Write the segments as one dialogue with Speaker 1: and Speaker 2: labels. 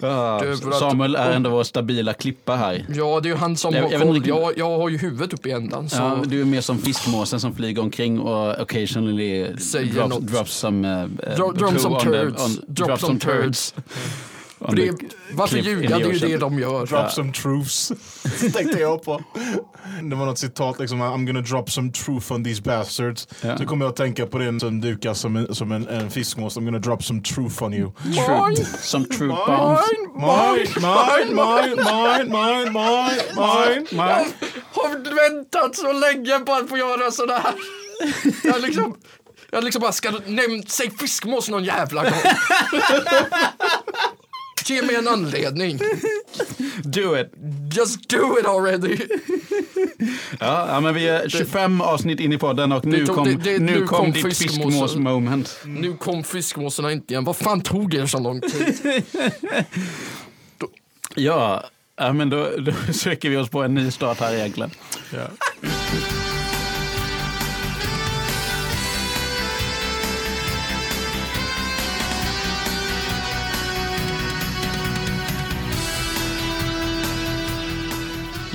Speaker 1: Ja,
Speaker 2: Du, för att-
Speaker 1: Samuel är ändå vår stabila klippa här.
Speaker 2: Ja, det är ju han som
Speaker 1: Jag-
Speaker 2: har
Speaker 1: jag vet
Speaker 2: koll.
Speaker 1: inte-
Speaker 2: Jag, jag har ju huvudet uppe i ändan. Så
Speaker 1: Ja, du är mer som fiskmåsen som flyger omkring och occasionally
Speaker 2: Säger
Speaker 1: drops,
Speaker 2: något.
Speaker 1: drops some... eh, eh,
Speaker 2: dro- drop
Speaker 1: poo
Speaker 2: some
Speaker 1: on the-
Speaker 2: turds.
Speaker 1: on-
Speaker 2: Drop some turds.
Speaker 1: on
Speaker 2: För det,
Speaker 1: the
Speaker 2: varför
Speaker 1: cliff in
Speaker 2: ljuga? Det
Speaker 1: the
Speaker 2: är ju
Speaker 1: ocean.
Speaker 2: det de gör.
Speaker 3: Drop some truths. Tänkte jag på. Det var något citat liksom, I'm gonna drop some truth on these bastards.
Speaker 1: Ja.
Speaker 3: Så kommer jag att tänka på det som dukas som en, som en, en fiskmås. I'm gonna drop some truth on you.
Speaker 1: Troop, some troop bombs.
Speaker 2: Mine,
Speaker 3: Mine,
Speaker 2: mine.
Speaker 3: mine, mine, mine, mine, mine, mine, mine.
Speaker 2: Har väntat så länge på att få göra sådär. Jag liksom, jag liksom bara, ska du nämnt, säg fiskmås någon jävla gång. Ge mig en anledning.
Speaker 1: Do it!
Speaker 2: Just do it already.
Speaker 1: Ja, ja, men vi är 25 avsnitt in i podden och nu
Speaker 2: tog-
Speaker 1: kom,
Speaker 2: det- det-
Speaker 1: nu
Speaker 2: nu
Speaker 1: kom,
Speaker 2: kom
Speaker 1: ditt
Speaker 2: fiskmåsen. Mm.
Speaker 1: fiskmås-moment.
Speaker 2: Nu kom fiskmåsarna inte igen. Vad fan tog er så lång tid?
Speaker 1: Ja, ja men då, då söker vi oss på en ny start här egentligen.
Speaker 3: Ja.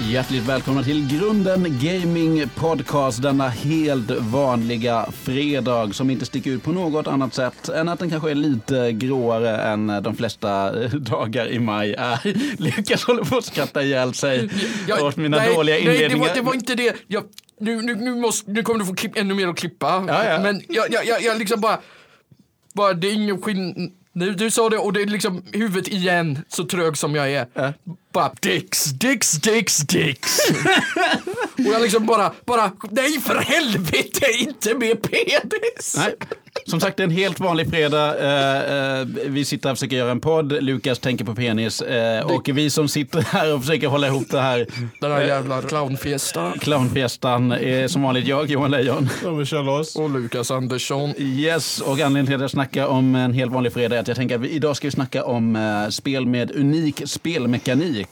Speaker 1: Hjärtligt välkomna till Grunden Gaming Podcast denna helt vanliga fredag som inte sticker ut på något annat sätt än att den kanske är lite gråare än de flesta eh, dagar i maj är. Lukas håller på att skratta ihjäl sig
Speaker 2: Jag-
Speaker 1: åt mina
Speaker 2: nej,
Speaker 1: dåliga
Speaker 2: Nej, det
Speaker 1: inledningar.
Speaker 2: var, det var inte det. Jag, nu, nu, nu, måste, nu kommer du få klipp, ännu mer att klippa.
Speaker 1: Ja, ja.
Speaker 2: Men jag, jag, jag, jag liksom bara, bara, det är ingen skillnad. Nu, du sa det och det är liksom huvudet igen, så trög som jag är. Bara dicks, dicks, dicks, dicks. och jag liksom bara, bara, nej för helvete, inte med penis.
Speaker 1: Nej. Som sagt, det är en helt vanlig fredag. Eh, eh, vi sitter och försöker göra en podd. Lukas tänker på penis. Eh, och vi som sitter här och försöker hålla ihop det här
Speaker 2: Den här jävla clownfestan.
Speaker 1: clownfestan är som vanligt jag, Johan Lejon.
Speaker 3: Ja, men kör loss.
Speaker 2: Och Lukas Andersson.
Speaker 1: Yes, och anledningen till att jag snackar om en helt vanlig fredag är att jag tänker att vi, idag ska vi snacka om eh, spel med unik spelmekanik.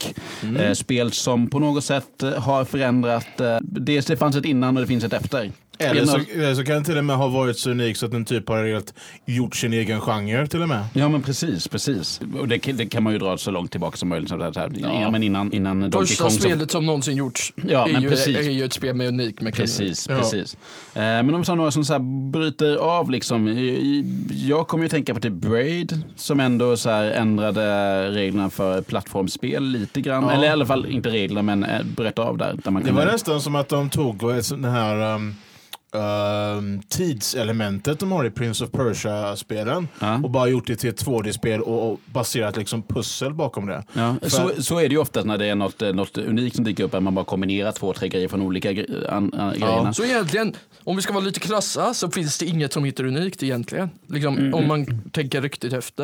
Speaker 1: Eh, spel som på något sätt eh, har förändrat, eh, dels det fanns ett innan och det finns ett efter.
Speaker 3: Eller
Speaker 1: Spel
Speaker 3: så,
Speaker 1: med-
Speaker 3: eller så kan det till och med ha varit så unik så att den typ har helt gjort sin egen genre till och med.
Speaker 1: Ja men precis, precis. Och det, det kan man ju dra så långt tillbaka som möjligt. Som det här. Ja. men innan, innan Donkey
Speaker 2: Första
Speaker 1: Kong. Så,
Speaker 2: spelet som någonsin gjorts
Speaker 1: Ja,
Speaker 2: är,
Speaker 1: men
Speaker 2: ju,
Speaker 1: precis.
Speaker 2: är ju ett spel med unik mekanik.
Speaker 1: precis,
Speaker 3: Ja.
Speaker 1: precis. Eh, men om vi tar några som så här bryter av liksom. I- i- Jag kommer ju tänka på typ Braid. Som ändå så här ändrade reglerna för plattformsspel lite grann. Eller i alla fall inte reglerna men eh, bröt av där. där man
Speaker 3: Det
Speaker 1: kunde-
Speaker 3: var nästan som att de tog och ett sånt här um, um, tidselementet de har i Prince of Persia-spelen
Speaker 1: Ja.
Speaker 3: och bara gjort det till ett 2D-spel och, och baserat liksom pussel bakom det.
Speaker 1: Ja,
Speaker 3: För-
Speaker 1: så, så är det ju ofta när det är något, eh, något unikt som dyker upp, att man bara kombinerar två, tre grejer från olika gre- an, an, grejerna.
Speaker 2: Så egentligen, om vi ska vara lite krassa så finns det inget som heter unikt egentligen. Liksom, Om man tänker riktigt efter.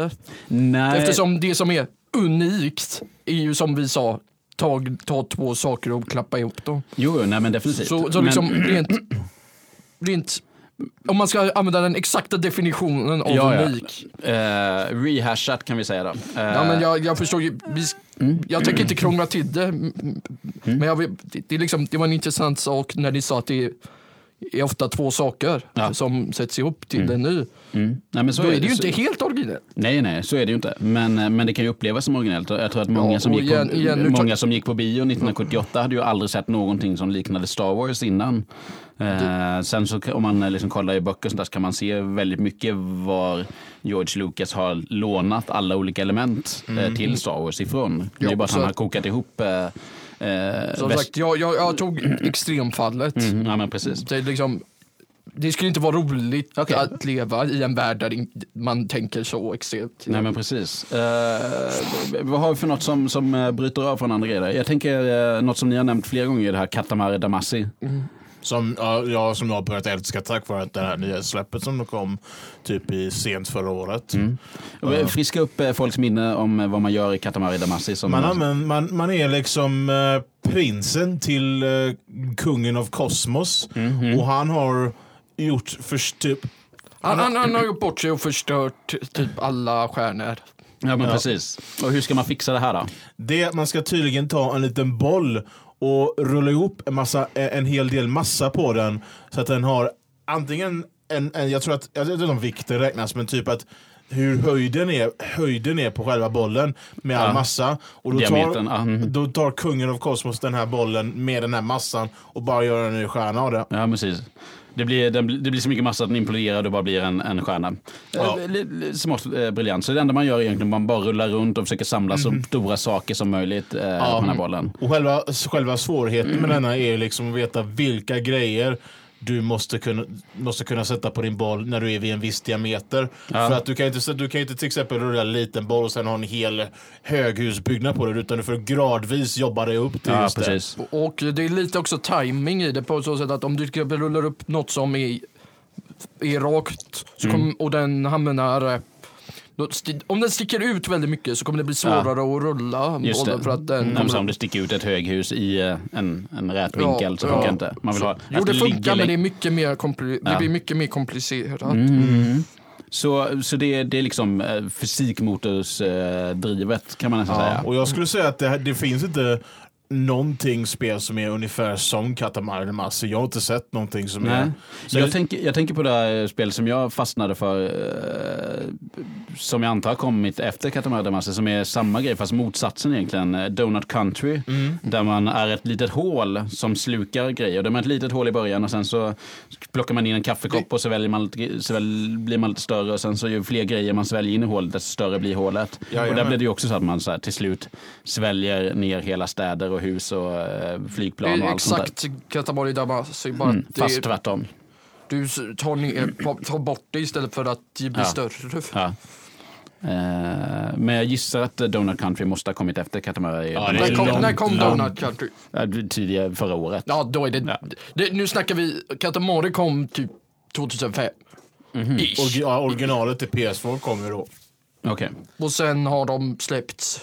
Speaker 1: Mm, Nej.
Speaker 2: Eftersom det som är unikt är ju som vi sa, ta, ta två saker och klappa ihop dem.
Speaker 1: Jo, jo, nej men definitivt.
Speaker 2: Så, så
Speaker 1: Typ. Men-
Speaker 2: liksom rent, rent, om man ska använda den exakta definitionen av
Speaker 1: Ja, ja.
Speaker 2: unik.
Speaker 1: Eh, rehashat kan vi säga då. Eh,
Speaker 2: Ja, men jag, jag förstår ju, vi, sk-
Speaker 1: Mm.
Speaker 2: jag tänker inte krångla till det. m- m- Men jag, vill- det, det, är liksom, det var en intressant sak när ni sa att det är, är ofta två saker
Speaker 1: Ja.
Speaker 2: som sätts ihop till en ny.
Speaker 1: mm. nej, men så
Speaker 2: Då är det ju
Speaker 1: så,
Speaker 2: inte helt originellt.
Speaker 1: Nej, nej, så är det ju inte. Men, eh, men det kan ju upplevas som originellt. Och Jag tror att många,
Speaker 2: Ja,
Speaker 1: som,
Speaker 2: och
Speaker 1: gick
Speaker 2: igen-
Speaker 1: på,
Speaker 2: igen, nu tar-
Speaker 1: många som gick på bio 1978 hade ju aldrig sett någonting som liknade Star Wars innan. Eh, Sen så k- om man eh, liksom kollar i böcker och sånt där så kan man se väldigt mycket var George Lucas har lånat alla olika element eh, till Star Wars ifrån. det är ju
Speaker 2: Mm, Ja,
Speaker 1: bara att
Speaker 2: så
Speaker 1: han har
Speaker 2: att-
Speaker 1: kokat ihop eh, eh,
Speaker 2: Som
Speaker 1: väst-
Speaker 2: sagt, jag, jag, jag tog extremfallet.
Speaker 1: Mm, ja, men precis.
Speaker 2: Det, är liksom, det skulle inte vara roligt
Speaker 1: Okej.
Speaker 2: att leva i en värld där in- man tänker så extremt.
Speaker 1: Nej men precis. Eh, vad har vi för något som, som eh, bryter av från andra grejer? Jag tänker eh, något som ni har nämnt flera gånger i det här Katamari Damacy.
Speaker 3: Som, ja, ja, som jag har börjat älska tack vare att det här nya släppet som kom typ i sent förra året.
Speaker 1: Mm. Och Friska upp eh, folks minne om eh, vad man gör i Katamari Damacy. Som
Speaker 3: Man, använder, man, man är liksom eh, prinsen till eh, kungen av kosmos
Speaker 1: Mhm.
Speaker 3: och han har gjort först typ
Speaker 2: Han, han, han har gjort bort sig och förstört typ alla stjärnor.
Speaker 1: Ja men precis. Och hur ska man fixa det här då?
Speaker 3: Det är att man ska tydligen ta en liten boll och rulla ihop en, massa, eh, en hel del massa på den så att den har antingen en, en jag tror att, jag vet inte om vikter räknas, men typ att hur höjden är, höjden är på själva bollen med all
Speaker 1: Ja.
Speaker 3: massa. Och då
Speaker 1: Diametern, ja,
Speaker 3: tar,
Speaker 1: mm.
Speaker 3: då tar kungen av kosmos den här bollen med den här massan och bara gör en ny stjärna av det.
Speaker 1: Ja, precis. Det blir, den, blir- det blir så mycket massa att den imploderar och det bara blir en, en stjärna. Ja.
Speaker 3: Ja.
Speaker 1: Smått eh, briljant. Så det enda man gör är egentligen man bara rullar runt och försöker samla så stora saker som möjligt eh, på den här bollen.
Speaker 3: Och själva, själva svårigheten med denna är liksom att veta vilka grejer du måste kunna, måste kunna sätta på din boll när du är vid en viss diameter. För att du kan, inte, du kan inte till exempel rulla en liten boll och sen ha en hel höghusbyggnad på dig utan du får gradvis jobba dig upp till
Speaker 1: Ja,
Speaker 3: just det.
Speaker 1: precis.
Speaker 2: Och det är lite också timing i det på så sätt att om du till exempel rullar upp något som är, är rakt så
Speaker 1: Mm.
Speaker 2: kom, och den hamnar... eh, då sti- Om den sticker ut väldigt mycket så kommer det bli svårare att rulla
Speaker 1: Just
Speaker 2: bollen
Speaker 1: det.
Speaker 2: för att den
Speaker 1: Mm.
Speaker 2: kommer-
Speaker 1: Som om det sticker ut ett höghus i eh, en, en rät
Speaker 2: Ja,
Speaker 1: vinkel så
Speaker 2: ja.
Speaker 1: funkar inte. Man vill ha,
Speaker 2: Jo
Speaker 1: att
Speaker 2: det
Speaker 1: ligger Mm.
Speaker 2: funkar men
Speaker 1: läng-
Speaker 2: det, är mycket mer kompli- det blir mycket mer komplicerat.
Speaker 1: Så, så det, är- det är liksom eh, fysikmotorsdrivet eh, drivet, kan man nästan
Speaker 3: Ja,
Speaker 1: säga.
Speaker 3: och jag skulle säga att det, här- det finns inte någonting spel som är ungefär som Katamari Damacy. Jag har inte sett någonting som
Speaker 1: Nej.
Speaker 3: är... Så
Speaker 1: jag,
Speaker 3: det-
Speaker 1: tänker, jag tänker på det här spelet som jag fastnade för, eh, som jag antar har kommit efter Katamari Damacy, som är samma grej fast motsatsen egentligen. eh, Donut Country,
Speaker 2: Mm.
Speaker 1: där man är ett litet hål som slukar grejer. Där man är ett litet hål i början och sen så plockar man in en kaffekopp och så, väljer man lite, så väl, blir man lite större och sen så ju fler grejer man sväljer in i hålet, desto större blir hålet. och där
Speaker 3: Jajamän.
Speaker 1: blir det ju också så att man så här, till slut sväljer ner hela städer och hus och eh,
Speaker 2: Det
Speaker 1: flygplan och
Speaker 2: är
Speaker 1: allt sånt där.
Speaker 2: exakt Katamari Damacy, bara
Speaker 1: Mm,
Speaker 2: att det
Speaker 1: fast
Speaker 2: är,
Speaker 1: tvärtom.
Speaker 2: du s- tar, ner, tar bort det istället för att det blir
Speaker 1: Ja.
Speaker 2: större.
Speaker 1: Ja. Eh, Men jag gissar att Donut Country måste ha kommit efter Katamari.
Speaker 3: Ja, det är
Speaker 2: När kom,
Speaker 3: långt,
Speaker 2: när kom
Speaker 3: långt.
Speaker 2: Donut Country?
Speaker 1: Eh, Tidigare förra året.
Speaker 2: Ja, då är det, det nu snackar vi, Katamari kom typ 2005.
Speaker 3: orgi-
Speaker 2: Ish.
Speaker 3: ja, originalet till PS4 kommer ju då.
Speaker 1: Okej.
Speaker 2: Och sen har de släppts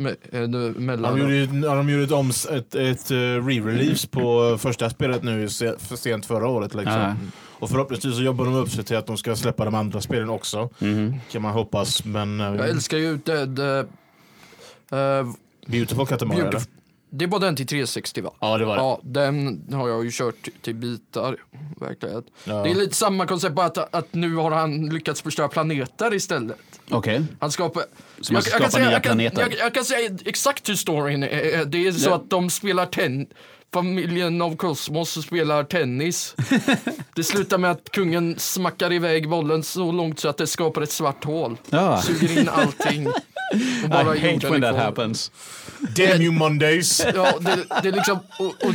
Speaker 2: me, eh, nu-
Speaker 3: De
Speaker 2: mellan.
Speaker 3: gjorde, ju- ja, de gjorde ett, oms, ett, ett eh, re-release på första spelet nu se, för sent förra året. Liksom.
Speaker 1: Ja.
Speaker 3: Och förhoppningsvis så jobbar de upp sig till att de ska släppa de andra spelen också.
Speaker 1: Mhm.
Speaker 3: Kan man hoppas. Men eh,
Speaker 2: Jag älskar ju Dead... Uh,
Speaker 3: Beautiful Katamari eller?
Speaker 2: det är bara den till 360 va?
Speaker 3: Ja det var det.
Speaker 2: Ja, den har jag ju kört till bitar. Verkligen.
Speaker 3: Ja.
Speaker 2: Det är lite samma koncept, bara att, att nu har han lyckats förstöra planeter istället.
Speaker 1: Okej.
Speaker 2: Han skapar...
Speaker 1: Så man skapar nya
Speaker 2: jag, kan,
Speaker 1: planeter.
Speaker 2: jag, jag kan säga exakt hur storyn är. Eh, Det är så
Speaker 1: Ja.
Speaker 2: att de spelar tennis. Familjen av kosmos spelar tennis. det slutar med att kungen smackar iväg bollen så långt så att det skapar ett svart hål.
Speaker 1: Ja.
Speaker 2: Suger in allting. Och bara
Speaker 1: I Ah. hate
Speaker 2: jorden
Speaker 1: when
Speaker 2: är
Speaker 1: that
Speaker 2: kvar.
Speaker 1: happens.
Speaker 3: Damn you Mondays!
Speaker 2: Ja, det, det är liksom... Och, och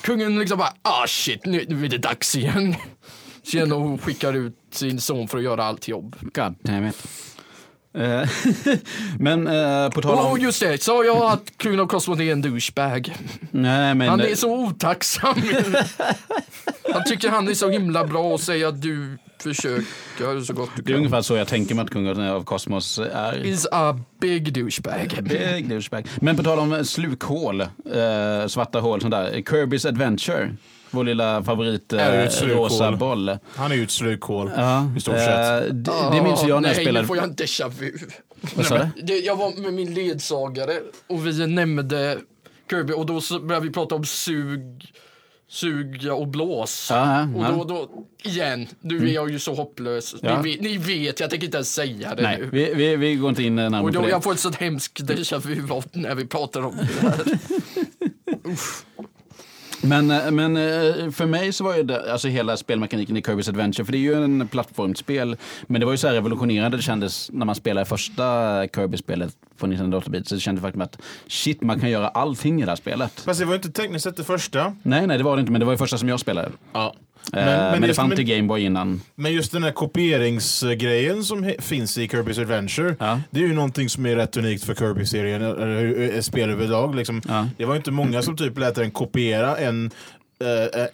Speaker 2: kungen liksom bara, ah shit, nu, nu är det dags igen. Så igen, och hon skickar ut sin son för att göra allt jobb.
Speaker 1: God damn it. Eh, Men eh, på tal om...
Speaker 2: Och Oh, just det, sa jag att kungen av kosmos är en douchebag?
Speaker 1: Nej, men...
Speaker 2: Han är så otacksam. Han tycker han är så himla bra och säger att du försöker så gott du
Speaker 1: Det är
Speaker 2: kan.
Speaker 1: ungefär så jag tänker mig att kungen av kosmos är.
Speaker 2: Is a big douchebag.
Speaker 1: Big douchebag. Men på tal om slukhål, eh, svarta hål, sånt där. Kirby's Adventure, vår lilla favorit eh,
Speaker 3: Är ju ett slukhål.
Speaker 1: rosa boll.
Speaker 3: Han är ju ett slukhål
Speaker 1: Ja,
Speaker 3: i stort sett.
Speaker 1: eh, det, det minns jag när jag
Speaker 2: nej,
Speaker 1: spelade.
Speaker 2: nu får jag en déjà vu.
Speaker 1: Vad sa du?
Speaker 2: Det, jag var med min ledsagare och vi nämnde Kirby och då så började vi prata om sug, suga och blås.
Speaker 1: Ja, ja, ja. Mm.
Speaker 2: och då, då, igen, nu är jag ju så hopplös.
Speaker 1: Ja.
Speaker 2: Ni, vet- ni vet, jag tänker inte ens säga det
Speaker 1: Nej,
Speaker 2: nu.
Speaker 1: vi, vi, vi går inte in eh, närmare
Speaker 2: Och
Speaker 1: på
Speaker 2: då,
Speaker 1: det.
Speaker 2: jag får ett sånt hemskt déjà vu av när vi pratar om det här.
Speaker 1: Men, eh, men eh, för mig så var ju det, alltså hela spelmekaniken i Kirby's Adventure, för det är ju en plattformsspel, men det var ju så här revolutionerande det kändes när man spelade första Kirby-spelet på 1908-bit, så det kändes faktiskt att shit, man kan göra allting i det här spelet.
Speaker 3: Fast det var ju inte tekniskt sett det första.
Speaker 1: Nej, nej, det var det inte, men det var ju första som jag spelade.
Speaker 3: Ja.
Speaker 1: Men, Eh, men, det
Speaker 3: just-
Speaker 1: fanns till Gameboy innan.
Speaker 3: Men just den här kopieringsgrejen som he- finns i Kirby's Adventure,
Speaker 1: Ja.
Speaker 3: det är ju någonting som är rätt unikt för Kirby-serien, eller hur- eh, spel överlag. Liksom.
Speaker 1: Ja.
Speaker 3: Det var ju inte många som typ lät den kopiera en,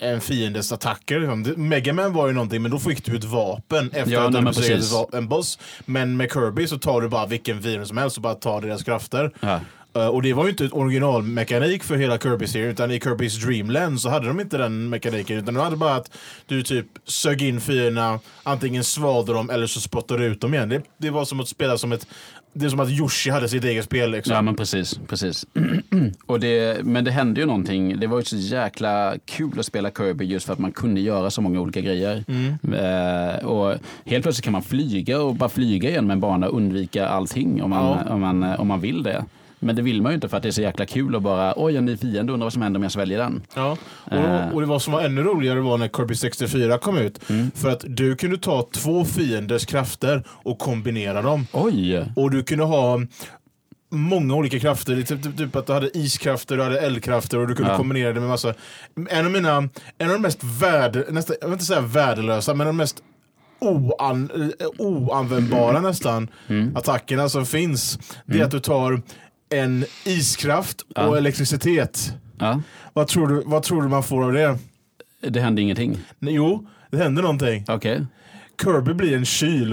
Speaker 3: eh, en fiendes attacker. Liksom. Det- Mega Man var ju någonting, men då fick du ett vapen efter
Speaker 1: Ja,
Speaker 3: att
Speaker 1: nej, men
Speaker 3: du besegrat
Speaker 1: precis.
Speaker 3: va- en boss. Men med Kirby så tar du bara vilken virus som helst och bara tar deras krafter.
Speaker 1: Ja.
Speaker 3: Eh, och det var ju inte ett originalmekanik för hela Kirby-serien, utan i Kirby's Dreamland så hade de inte den mekaniken, utan de hade bara att du typ sög in fienderna, antingen svalde dem eller så spottade du ut dem igen. Det, det var som att spela som ett... Det är som att Yoshi hade sitt eget spel liksom.
Speaker 1: Ja men precis, precis. och det, men det hände ju någonting. Det var ju så jäkla kul att spela Kirby just för att man kunde göra så många olika grejer. Eh, och helt plötsligt kan man flyga och bara flyga genom en bana och undvika allting om man, om man, om man vill det. Men det vill man ju inte för att det är så jäkla kul att bara, oj en ny fiende, undrar vad som händer om jag sväljer den.
Speaker 3: Ja,
Speaker 1: Eh.
Speaker 3: och, och det var som var ännu roligare var när Kirby 64 kom ut.
Speaker 1: Mm.
Speaker 3: För att du kunde ta två fienders krafter och kombinera dem.
Speaker 1: Oj!
Speaker 3: Och du kunde ha många olika krafter. Det är Typ, typ, typ att du hade iskrafter, du hade eldkrafter och du kunde
Speaker 1: Ja.
Speaker 3: kombinera det med massa. En av mina, en av de mest värde, nästan, jag vill inte säga värdelösa, men de mest oan, eh, oanvändbara nästan attackerna som finns. Det är att du tar en iskraft och elektricitet.
Speaker 1: Ja,
Speaker 3: Vad tror, du, vad tror du man får av det?
Speaker 1: det hände ingenting.
Speaker 3: Nej, Jo, det händer någonting.
Speaker 1: Okej.
Speaker 3: Kirby blir en kyl.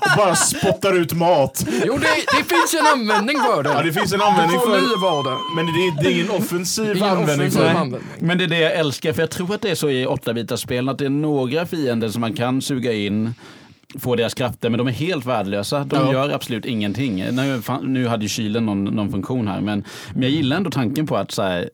Speaker 3: och bara spottar ut mat.
Speaker 2: Jo, det, det finns en användning för
Speaker 3: Ja,
Speaker 2: det.
Speaker 3: det finns en
Speaker 2: Du
Speaker 3: användning
Speaker 2: får
Speaker 3: för
Speaker 2: liv av det.
Speaker 3: Men det är, det är ingen offensiv
Speaker 2: Ingen
Speaker 3: användning
Speaker 2: offensiv
Speaker 3: för det.
Speaker 2: användning.
Speaker 1: Men det är det jag älskar, för jag tror att det är så i 8-bitarspelen att det är några fiender som man kan suga in, få deras krafter, men de är helt värdelösa. De
Speaker 3: Ja.
Speaker 1: gör absolut ingenting. Nu, fan- nu hade ju kylen någon, någon funktion här, men, men jag gillar ändå tanken på att så här,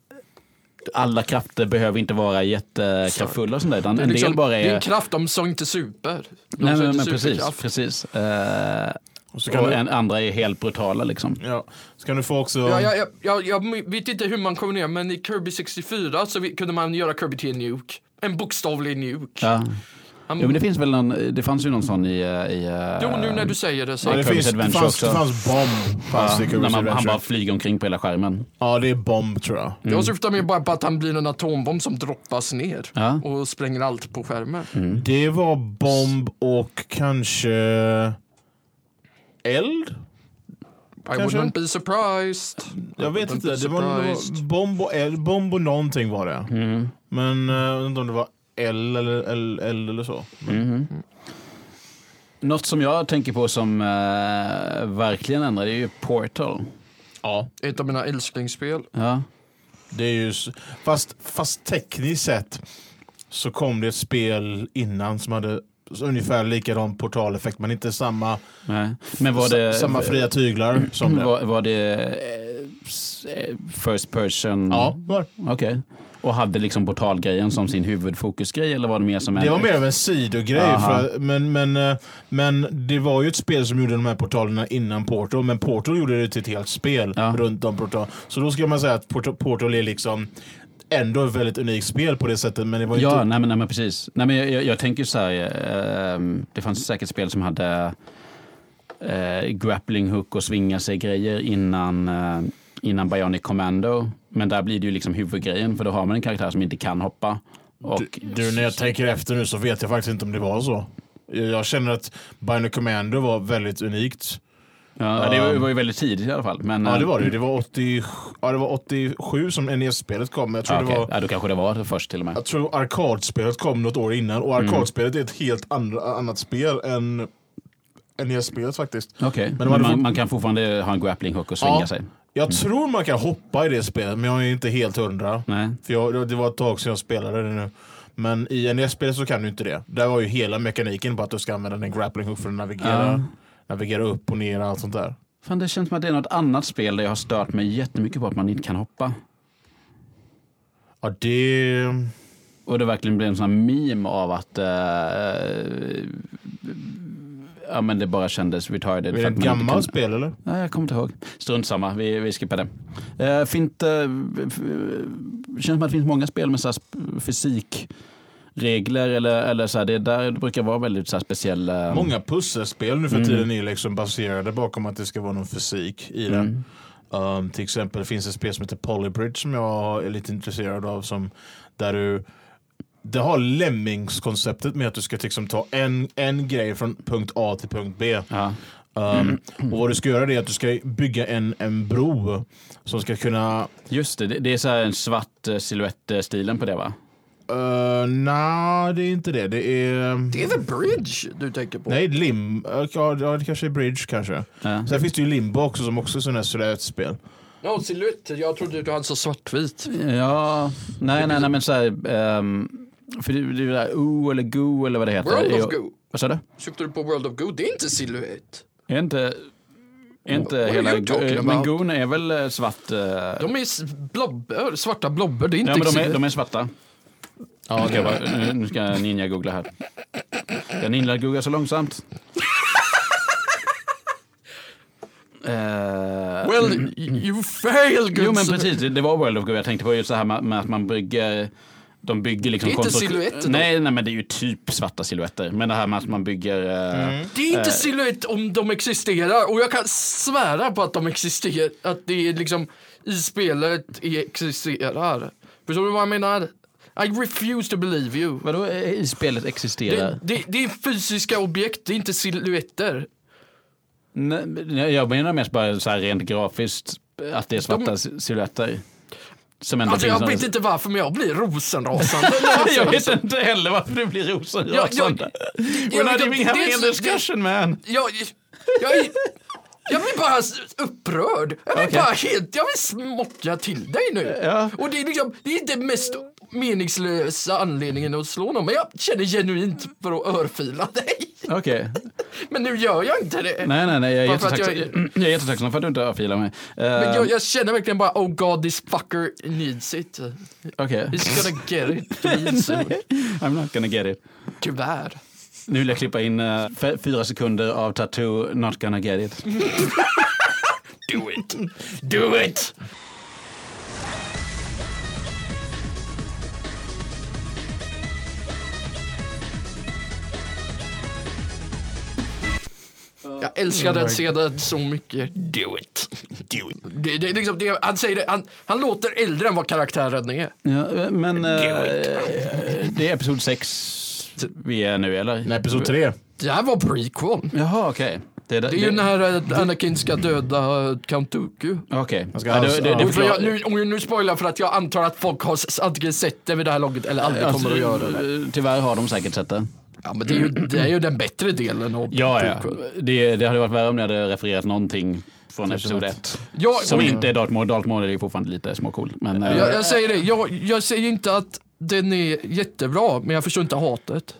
Speaker 1: alla krafter behöver inte vara jättekraftfulla och sånt där, utan en
Speaker 2: Liksom,
Speaker 1: del bara
Speaker 2: Det är en
Speaker 1: är...
Speaker 2: kraft de som inte super. De
Speaker 1: Nej,
Speaker 2: som
Speaker 1: men,
Speaker 2: inte
Speaker 1: men precis,
Speaker 2: superkraft.
Speaker 1: precis. Eh,
Speaker 3: Och så
Speaker 1: och
Speaker 3: kan, du,
Speaker 1: en, andra är helt brutala liksom.
Speaker 3: ja, så kan du få också...
Speaker 2: Ja, jag, jag, jag, jag vet inte hur man kom ner, men i Kirby 64 så vi, kunde man göra Kirby till en nuke. En bokstavlig nuke.
Speaker 1: Ja.
Speaker 2: Han,
Speaker 1: Jo, men det finns väl någon, det fanns ju någon sån i... eh, i eh,
Speaker 2: jo, nu när du säger det så.
Speaker 3: Ja, det,
Speaker 1: Kirby's
Speaker 3: finns, det,
Speaker 1: Adventure
Speaker 3: fanns,
Speaker 1: också.
Speaker 3: det fanns bomb. Fanns det i
Speaker 1: när
Speaker 3: Kirby's
Speaker 1: man, han
Speaker 3: Adventure.
Speaker 1: bara flyger omkring på hela skärmen.
Speaker 3: Ja, det är bomb tror jag.
Speaker 1: Mm.
Speaker 2: Jag syftar mer bara på att han blir en atombomb som droppas ner
Speaker 1: Ja. Mm.
Speaker 2: och spränger allt på skärmen.
Speaker 3: Det var bomb och kanske... Eld?
Speaker 2: I
Speaker 3: Kanske.
Speaker 2: wouldn't be surprised.
Speaker 3: Jag vet
Speaker 2: Wouldn't
Speaker 3: inte.
Speaker 2: be
Speaker 3: Det var, det var
Speaker 2: surprised.
Speaker 3: bomb och eld. Bomb och någonting var det.
Speaker 1: Mm.
Speaker 3: Men eh, jag vet inte om det var L eller L, L eller så. mm.
Speaker 1: Något som jag tänker på som eh, verkligen ändrade är ju Portal.
Speaker 3: Ja.
Speaker 2: Ett av mina älsklingsspel.
Speaker 1: Ja.
Speaker 3: Det är ju... s- Fast, fast tekniskt sett så kom det ett spel innan som hade ungefär likadan portaleffekt men inte samma,
Speaker 1: Nej. Men var det,
Speaker 3: sa- samma fria tyglar som det.
Speaker 1: var, var det eh, s- eh, first person?
Speaker 3: Ja, var.
Speaker 1: Okej. Och hade liksom portalgrejen som sin huvudfokusgrej eller var det mer som en...
Speaker 3: det var mer av en sidogrej.
Speaker 1: Aha.
Speaker 3: För, men, men, eh, men det var ju ett spel som gjorde de här portalerna innan Portal, men Portal gjorde det till ett helt spel
Speaker 1: Ja.
Speaker 3: runt om Portal. Så då ska man säga att Portal, Portal är liksom ändå ett väldigt unikt spel på det sättet, men det var ju
Speaker 1: Ja,
Speaker 3: inte...
Speaker 1: nej men, nej men precis. Nej, men jag, jag, jag tänker så här, ehm, det fanns säkert spel som hade eh, grappling hook och svinga sig grejer innan, eh, innan Bionic Commando. Men där blir det ju liksom huvudgrejen för då har man en karaktär som inte kan hoppa. Och,
Speaker 3: Du, när jag tänker efter nu så vet jag faktiskt inte om det var så. Jag- Jag känner att Bionic Commando var väldigt unikt.
Speaker 1: ja, det var- var ju väldigt tidigt i alla fall. Men,
Speaker 3: Ja, det var
Speaker 1: eh,
Speaker 3: det. Det var, 80, ja, det var 87 som NES-spelet kom. Jag tror,
Speaker 1: Ja,
Speaker 3: det
Speaker 1: okej.
Speaker 3: var,
Speaker 1: ja, då kanske det var det först till och med.
Speaker 3: jag tror arkadspelet kom något år innan. Och
Speaker 1: Mm.
Speaker 3: arkadspelet är ett helt andra, annat spel än NES-spelet faktiskt.
Speaker 1: Okej,
Speaker 3: de
Speaker 1: men
Speaker 3: hade
Speaker 1: man,
Speaker 3: fått-
Speaker 1: man kan fortfarande ha en grappling hook och svinga
Speaker 3: Ja.
Speaker 1: sig.
Speaker 3: Jag tror man kan hoppa i det spelet, men jag är inte helt hundra.
Speaker 1: Nej.
Speaker 3: För jag, det var ett tag sedan jag spelade det nu. Men i NES-spelet så kan du inte det. Där var ju hela mekaniken på att du ska använda din grappling hook för att navigera, navigera upp och ner och allt sånt där.
Speaker 1: Fan, det känns som att det är något annat spel där jag har stört mig jättemycket på att man inte kan hoppa.
Speaker 3: Ja, det...
Speaker 1: Och det verkligen blev en sån här meme av att eh, eh, ja, men det bara kändes retarded.
Speaker 3: Är
Speaker 1: för
Speaker 3: det
Speaker 1: att
Speaker 3: ett
Speaker 1: man inte kunde-
Speaker 3: gammalt spel eller?
Speaker 1: Nej, jag kommer inte ihåg. Strunt samma, vi, vi skippar det. Eh, fint, eh, f- det känns som att det finns många spel med så här sp- fysikregler eller, eller så här, det är där det brukar vara väldigt så här eh, speciella...
Speaker 3: Många pusselspel nu för
Speaker 1: Mm.
Speaker 3: tiden är liksom baserade bakom att det ska vara någon fysik i den.
Speaker 1: Mm.
Speaker 3: Um, till exempel finns ett spel som heter Polybridge som jag är lite intresserad av. Som, där du det har Lemmings-konceptet med att du ska liksom ta en, en grej från punkt A till punkt B.
Speaker 1: Ja.
Speaker 3: Um,
Speaker 2: Mm.
Speaker 3: och vad du ska göra det är att du ska bygga en, en bro som ska kunna
Speaker 1: Just det, det, det är så här en svart eh, silhuett, eh, stilen på det va?
Speaker 3: Uh, Nej, det är inte det. Det är...
Speaker 2: Det är The Bridge du tänker på.
Speaker 3: Nej, lim... ja, Ja, det kanske är bridge kanske.
Speaker 1: Ja.
Speaker 3: Sen finns det ju limbo också som också är sån här silhuettspel.
Speaker 2: Ja, silhuett. Jag trodde du hade så svartvit.
Speaker 1: Ja, nej, nej, nej, men så här, ehm, för det det är ju det där O eller Go eller vad det heter.
Speaker 2: World
Speaker 1: Är
Speaker 2: of
Speaker 1: ju-
Speaker 2: Goo.
Speaker 1: Vad sa du?
Speaker 2: Syftar du på World of Goo? Det är inte silhuett.
Speaker 1: Är inte, är inte
Speaker 2: What are
Speaker 1: hela...
Speaker 2: you talking
Speaker 1: eh, Men
Speaker 2: about?
Speaker 1: Goon är väl eh, svart? eh,
Speaker 2: De är s- blobber, svarta blobber. Det är inte
Speaker 1: ja, men de är,
Speaker 2: silhuett.
Speaker 1: de är svarta. Ja, okay, va, nu- nu ska jag ninja-googla här. Jag ninja-googlar så långsamt. Eh,
Speaker 2: Well, y- you fail, good
Speaker 1: Jo men precis, det- det var World of Goo jag tänkte på. Just det här med, med att man bygger... De bygger liksom...
Speaker 2: Det är inte
Speaker 1: konstru-
Speaker 2: silhuetter då?
Speaker 1: Nej, nej, men det är ju typ svarta silhuetter. Men det här med att man bygger... eh,
Speaker 2: Det är inte silhuett om de existerar och jag kan svära på att de existerar. Att det är liksom i spelet existerar. Förstår du vad jag menar? I refuse to believe you.
Speaker 1: Vadå eh, i spelet
Speaker 2: Det,
Speaker 1: existerar?
Speaker 2: det, det är fysiska objekt, det är inte silhuetter.
Speaker 1: Nej, men jag menar mest bara så här rent grafiskt att det är svarta si- silhuetter. Som ändå
Speaker 2: Alltså jag
Speaker 1: någon-
Speaker 2: vet inte varför men jag blir rosenrasande. när jag ser
Speaker 1: jag
Speaker 2: det.
Speaker 1: vet inte heller varför du blir rosenrasande. We're
Speaker 2: jag-
Speaker 1: not
Speaker 2: jag-
Speaker 1: even having
Speaker 2: det-
Speaker 1: a
Speaker 2: det-
Speaker 1: discussion man.
Speaker 2: Jag, jag, är- jag blir bara s- upprörd. Jag blir
Speaker 1: Okej.
Speaker 2: bara helt, jag vill smocka till dig nu.
Speaker 1: Ja.
Speaker 2: Och det är liksom, det är inte den mest meningslösa anledningen att slå någon. Men jag känner genuint för att örfila dig.
Speaker 1: Okej.
Speaker 2: Men nu gör jag inte det.
Speaker 1: Nej, nej, nej. Jag är
Speaker 2: Bara för att
Speaker 1: jättetacksam jag... är jättetacksam för att du inte örfilar mig. Eh,
Speaker 2: Men jag, jag känner verkligen bara, oh god this fucker needs it.
Speaker 1: Okej.
Speaker 2: He's gonna get it, please.
Speaker 1: I'm not gonna get it.
Speaker 2: Tyvärr.
Speaker 1: Nu vill jag klippa in eh, f- fyra sekunder av Tattoo Not gonna get it.
Speaker 2: Do it. Do it. Jag älskar den scenen så mycket. Do it. Oh Do it. Det, det, är liksom, det, han, säger det, han, han låter äldre än vad karaktären är.
Speaker 1: Ja, eh, men eh, det är episod sex vi är nu eller?
Speaker 3: Nej, episod tre.
Speaker 2: Det här var prequel.
Speaker 1: Jaha, okej. Det,
Speaker 2: Det är ju när eh, Anakin ska döda eh, Count Dooku.
Speaker 1: Okej.
Speaker 3: ska
Speaker 1: Ja, det-
Speaker 3: alltså-
Speaker 1: det-
Speaker 3: ja.
Speaker 1: det-
Speaker 2: Och för jag, nu, och nu spoilar jag för att jag antar att folk har s- antingen sett det vid det här laget eller aldrig
Speaker 1: Alltså,
Speaker 2: kommer att göra det.
Speaker 1: Tyvärr har de säkert sett det.
Speaker 2: Ja, men det är ju, det är ju den bättre delen av
Speaker 1: Mm. Ja, ja.
Speaker 2: prequel.
Speaker 1: Det, det hade varit värre om ni hade refererat någonting från episod 1.
Speaker 2: Ja,
Speaker 1: Som
Speaker 2: och-
Speaker 1: inte är Darth Maul. Darth Maul är ju fortfarande lite småcool. Men, eh,
Speaker 2: Jag, jag säger det, jag, jag säger inte att den är jättebra, men jag förstår inte hatet.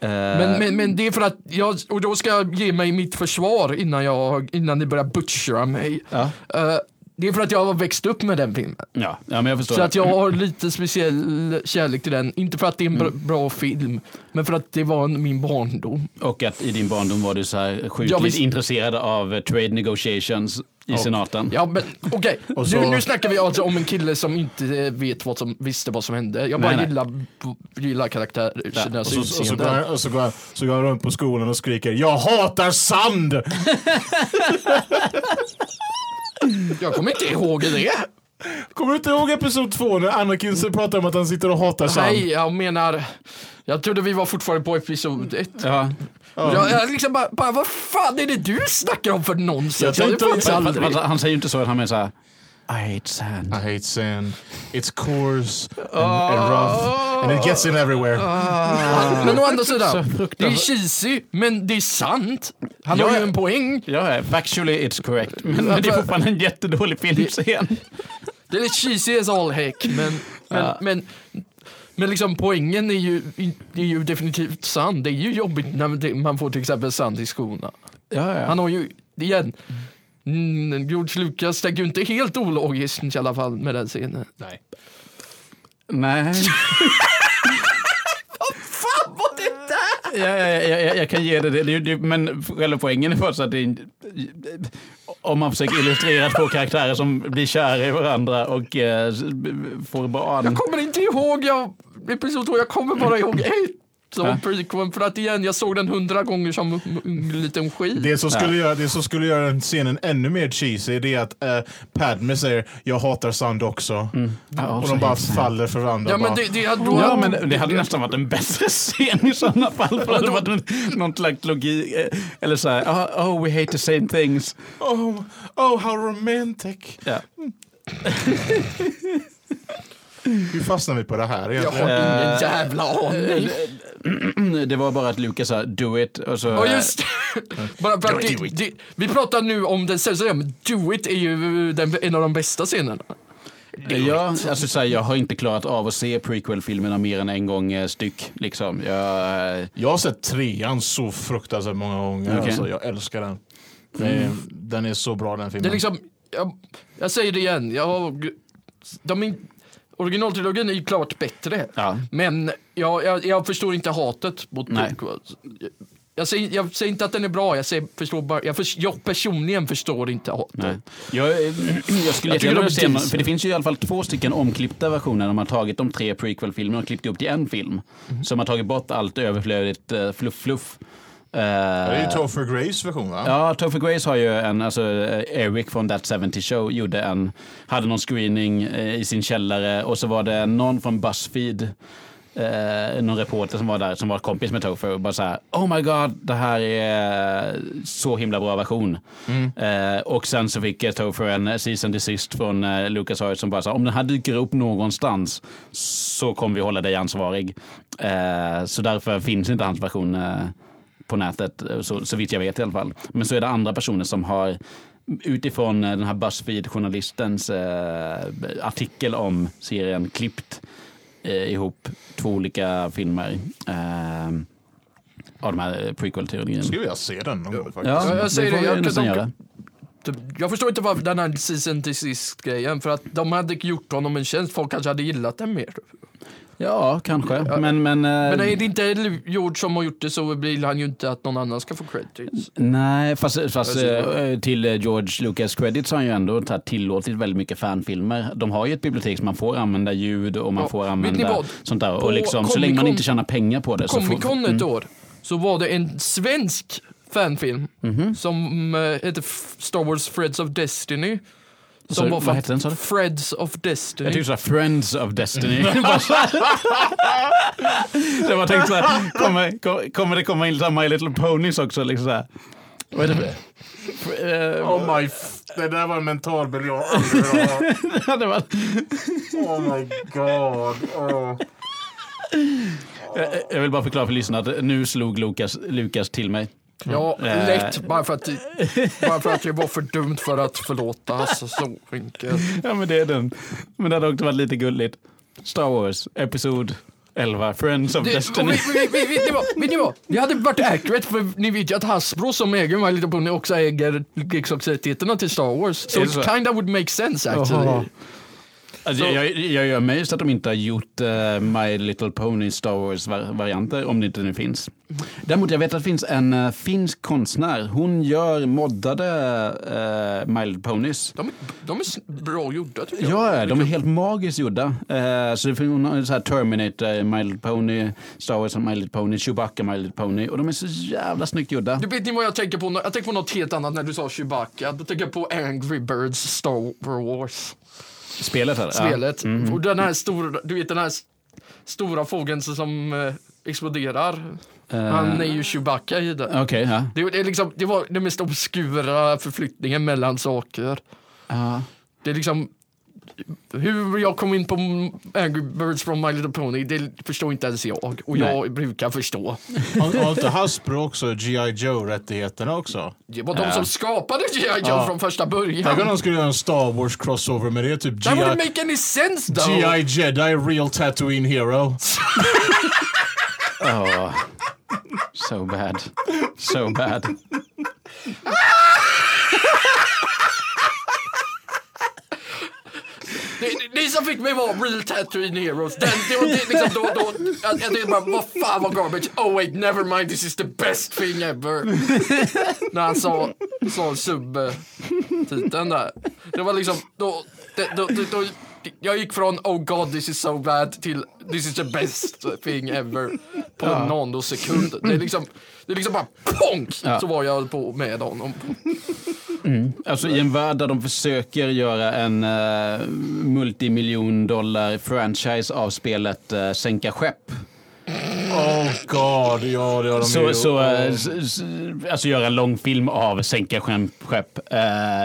Speaker 1: eh,
Speaker 2: Men, men, men det är för att jag, och då ska jag ge mig mitt försvar innan, jag, innan ni börjar butchera mig.
Speaker 1: Ja.
Speaker 2: Eh, det är för att jag har växt upp med den filmen.
Speaker 1: ja, ja, men jag förstår.
Speaker 2: Så att jag har lite speciell kärlek till den. Inte för att det är en
Speaker 1: Mm.
Speaker 2: bra, bra film, men för att det var en, min barndom.
Speaker 1: Och att i din barndom var du så här sjukt
Speaker 2: Ja, visst.
Speaker 1: intresserad av eh, trade negotiations i senaten.
Speaker 2: Ja men okej,
Speaker 3: Och så-
Speaker 2: nu, nu snackar vi alltså om en kille som inte eh, vet vad som, visste vad som hände. Jag bara
Speaker 1: Nej, nej.
Speaker 2: gillar, gillar karaktärernas
Speaker 3: Och så, och så, går,
Speaker 2: utseende.
Speaker 3: han, och så, går han, så går han runt på skolan och skriker Jag hatar sand!
Speaker 2: Jag kommer inte ihåg det.
Speaker 3: Kommer du inte ihåg episod två när Anakin så pratar om att han sitter och hatar sand?
Speaker 2: Nej, jag menar, jag trodde vi var fortfarande på episod ett.
Speaker 1: Ja.
Speaker 2: Jag, jag liksom bara, bara, vad fan är det du snackar om för nonsens?
Speaker 3: Jag
Speaker 2: Jag, jag,
Speaker 3: tänkte-
Speaker 2: jag,
Speaker 3: jag-
Speaker 2: aldrig.
Speaker 1: Fast Han säger ju inte så, han är så här I hate sand.
Speaker 3: I hate sand. It's coarse and,
Speaker 2: Ah.
Speaker 3: and rough and it gets in everywhere.
Speaker 2: Men å andra sidan,
Speaker 1: Så
Speaker 2: det är
Speaker 1: fruktansvärt.
Speaker 2: cheesy, men det är sant. Han
Speaker 1: Ja,
Speaker 2: har ju
Speaker 1: ja.
Speaker 2: en poäng.
Speaker 1: Ja, ja, factually it's correct. Men det är fortfarande en jättedålig filmscen.
Speaker 2: Det är cheesy as all heck, men, men,
Speaker 1: Ja.
Speaker 2: men, men liksom poängen är ju, är ju definitivt sann. Det är ju jobbigt när det- man får till exempel sand i skorna.
Speaker 1: Ja, ja.
Speaker 2: Han har ju, igen, mm, George Lucas tänker ju inte helt ologiskt i alla fall med den
Speaker 1: Mm.
Speaker 2: scenen.
Speaker 3: Nej.
Speaker 1: Nej.
Speaker 2: Fan vad det där!
Speaker 1: Ja, ja, ja, ja, jag kan ge det det. det, är ju- det men själva poängen är först att det är en, om man försöker illustrera två karaktärer som blir kära i varandra och eh, får barn.
Speaker 2: Jag kommer inte ihåg jag, episod 2, jag kommer bara
Speaker 1: Mm.
Speaker 2: ihåg ett. Som prequel, för att igen, jag såg den hundra gånger som en- en liten skit.
Speaker 3: Det som skulle, göra, det som skulle göra den scenen ännu mer cheesy det är att eh, Padme säger Jag hatar sand också.
Speaker 2: Mm.
Speaker 3: Och de bara faller för varandra.
Speaker 2: Ja
Speaker 3: bara,
Speaker 2: men det, det, då,
Speaker 1: Ja, men det hade nästan varit en bättre scen i sådana fall. För det hade varit en- någon slags logik. eh, Eller så här, oh, oh we hate the same things.
Speaker 3: oh, oh, how romantic.
Speaker 1: Ja.
Speaker 3: Hur fastnar vi på det här
Speaker 2: Jag
Speaker 3: egentligen?
Speaker 2: har ingen jävla aning.
Speaker 1: Eh, Det var bara att Lucas sa do it och så...
Speaker 2: Ja just det. Bara för att
Speaker 1: Eh, Do it, do
Speaker 2: det,
Speaker 1: it.
Speaker 2: det, vi pratar nu om den sämsta scenen, men Do It är ju den, en av de bästa scenerna.
Speaker 1: Ja, alltså så här, jag har inte klarat av att se prequel-filmerna mer än en gång eh, styck. Liksom. Jag, eh,
Speaker 3: Jag har sett trean så fruktansvärt många gånger.
Speaker 1: Okej.
Speaker 3: Alltså, jag älskar den. Det är- Den är så bra den filmen.
Speaker 2: Mm.
Speaker 1: Mm.
Speaker 2: Det är liksom, jag, jag säger det igen, jag, har- de, in- originaltrilogin är ju klart bättre.
Speaker 1: ja.
Speaker 2: Men jag, jag, jag förstår inte hatet mot
Speaker 1: Nej.
Speaker 2: prequels. Jag, jag, säger, jag säger inte att den är bra, jag, säger, förstår bara, jag, förs- jag personligen förstår inte hatet.
Speaker 1: Nej. Jag, eh, jag skulle
Speaker 2: tycker
Speaker 1: jättegärna
Speaker 2: de är
Speaker 1: vilja se, någon-
Speaker 2: decent.
Speaker 1: för det finns ju i alla fall två stycken omklippta versioner. där De har tagit de tre prequel-filmerna och klippt ihop till en film.
Speaker 2: Mhm.
Speaker 1: Som har tagit bort allt överflödigt eh, fluff-fluff. Eh,
Speaker 3: det är ju Topher Grace version va?
Speaker 1: Ja, Topher Grace har ju en, alltså eh, Eric från That 70 Show gjorde en, hade någon screening eh, i sin källare och så var det någon från Buzzfeed, eh, någon reporter som var där, som var kompis med Topher och bara så här, oh my god, det här är så himla bra version. Eh, och sen så fick eh, Topher en season desist från eh, Lucas Hoyt som bara sa, om den här dyker upp någonstans så kommer vi hålla dig ansvarig. Eh, så därför finns inte hans version eh, på nätet, eh, så, så vitt jag vet i alla fall. Men så är det andra personer som har utifrån eh, den här Buzzfeed-journalistens eh, artikel om serien klippt eh, ihop två olika filmer eh, av de här prequel-teorierna.
Speaker 3: Skulle jag se den någon gång faktiskt.
Speaker 1: Ja,
Speaker 2: jag
Speaker 1: det
Speaker 2: säger
Speaker 1: får
Speaker 2: det,
Speaker 1: vi
Speaker 2: jag kan
Speaker 1: nästan
Speaker 2: dock-
Speaker 1: göra.
Speaker 2: Typ, Jag förstår inte varför den här season till sist grejen, för att de hade gjort honom en tjänst, folk kanske hade gillat den mer.
Speaker 1: Ja, kanske. Men, men,
Speaker 2: Men
Speaker 1: eh,
Speaker 2: är det inte Lu- George som har gjort det så vill han ju inte att någon annan ska få
Speaker 1: Mm.
Speaker 2: credits.
Speaker 1: Nej, fast, fast
Speaker 2: Alltså,
Speaker 1: eh, till eh, George Lucas credits har han ju ändå tagit- tillåtit väldigt mycket fanfilmer. De har ju ett bibliotek som man får använda ljud och man
Speaker 2: Ja,
Speaker 1: får
Speaker 2: vet
Speaker 1: använda
Speaker 2: ni vad?
Speaker 1: sånt där.
Speaker 2: På
Speaker 1: Och liksom, så länge man
Speaker 2: Comic-Con-
Speaker 1: inte tjänar pengar på det. Så
Speaker 2: Comic
Speaker 1: får, mm.
Speaker 2: Con ett år så var det en svensk fanfilm
Speaker 1: Mhm.
Speaker 2: som eh, hette F- Star Wars Threads of Destiny. Som
Speaker 1: Så,
Speaker 2: var
Speaker 1: vad hette den, sa du?
Speaker 2: Threads of Destiny.
Speaker 1: jag tyckte såhär Friends of Destiny. Bara så här. Så jag bara tänkte såhär, kommer, kom- kommer det komma in såhär My Little Ponies också? Liksom så här. Vad är det för- för? eh,
Speaker 3: Oh my f- det där var en mental bild jag aldrig vill ha.
Speaker 1: det var,
Speaker 3: Oh my god. Oh.
Speaker 1: jag, jag vill bara förklara för lyssnarna att nu slog Lucas, Lucas till mig.
Speaker 2: Ja,
Speaker 1: Eh.
Speaker 2: lätt. Bara för, att, det- bara för att det var för dumt för att förlåta. Alltså, så enkelt.
Speaker 1: Ja men det är den. Men det hade också varit lite gulligt. Star Wars, Episod 11, Friends of
Speaker 2: Det, och
Speaker 1: Destiny.
Speaker 2: vi, vi, vi, vet ni vad? Vet ni vad? Det hade varit accurate för ni vet ju att Hasbro som äger My Little Pony också äger leksaksrättigheterna till Star Wars. So
Speaker 1: Är det
Speaker 2: it
Speaker 1: så?
Speaker 2: kinda would make sense actually.
Speaker 1: Jaha. Alltså, jag, jag, jag är amazed att de inte har gjort eh, My Little Pony Star Wars-varianter, om det inte nu finns. Däremot, jag vet att det finns en eh, finsk konstnär. Hon gör moddade eh, My Little Ponies.
Speaker 2: De, de är s- bra gjorda tycker jag.
Speaker 1: Ja, de är helt magiskt gjorda. Eh, så det finns hon har så här Terminator, My Little Pony, Star Wars, My Little Pony, Chewbacca, My Little Pony. Och de är så jävla snyggt gjorda.
Speaker 2: Du vet ni vad jag tänker på? Jag tänker på något helt annat när du sa Chewbacca. Då tänker jag på Angry Birds Star Wars.
Speaker 1: Spelet här.
Speaker 2: Spelet.
Speaker 1: mhm.
Speaker 2: Och den här stora, du vet den här s- stora fågeln som eh, exploderar.
Speaker 1: Eh.
Speaker 2: Han är ju Chewbacca i den.
Speaker 1: Ja. Okej, ja.
Speaker 2: Det, det, är liksom, det var den mest obskura förflyttningen mellan saker.
Speaker 1: Ja.
Speaker 2: Det är liksom hur jag kom in på Angry Birds från My Little Pony, det förstår inte ens jag. Och jag brukar förstå.
Speaker 3: Har, har inte Hasbro också G.I. Joe-rättigheterna också?
Speaker 2: Det var de som skapade G.I. Joe
Speaker 3: Ja.
Speaker 2: från första
Speaker 3: Tänk om
Speaker 2: början.
Speaker 3: de skulle göra en Star Wars crossover med det. Typ
Speaker 2: That wouldn't
Speaker 3: G.I.
Speaker 2: make any sense though!
Speaker 3: G.I. Jedi Real Tatooine Hero.
Speaker 1: Oh, so bad. So bad.
Speaker 2: Det, det, det som fick mig var Real Tatooine Heroes. Den, det var det, liksom då, då, jag, jag tänkte bara, vad fan vad garbage. Oh wait, never mind, this is the best thing ever. När han sa, sa subtiteln där. Det var liksom, då, det, då, det, då, jag gick från oh god this is so bad till this is the best thing ever på en nanosekund. Det är liksom, det är liksom bara PONK! Så var jag på med honom.
Speaker 1: Alltså i en värld där de försöker göra en uh, eh, multimiljon dollar franchise av spelet eh, Sänka skepp.
Speaker 3: Oh god, ja det har de
Speaker 1: Så,
Speaker 3: ju.
Speaker 1: så, eh, s- s- alltså göra en långfilm av sänka skäm- skepp. eh,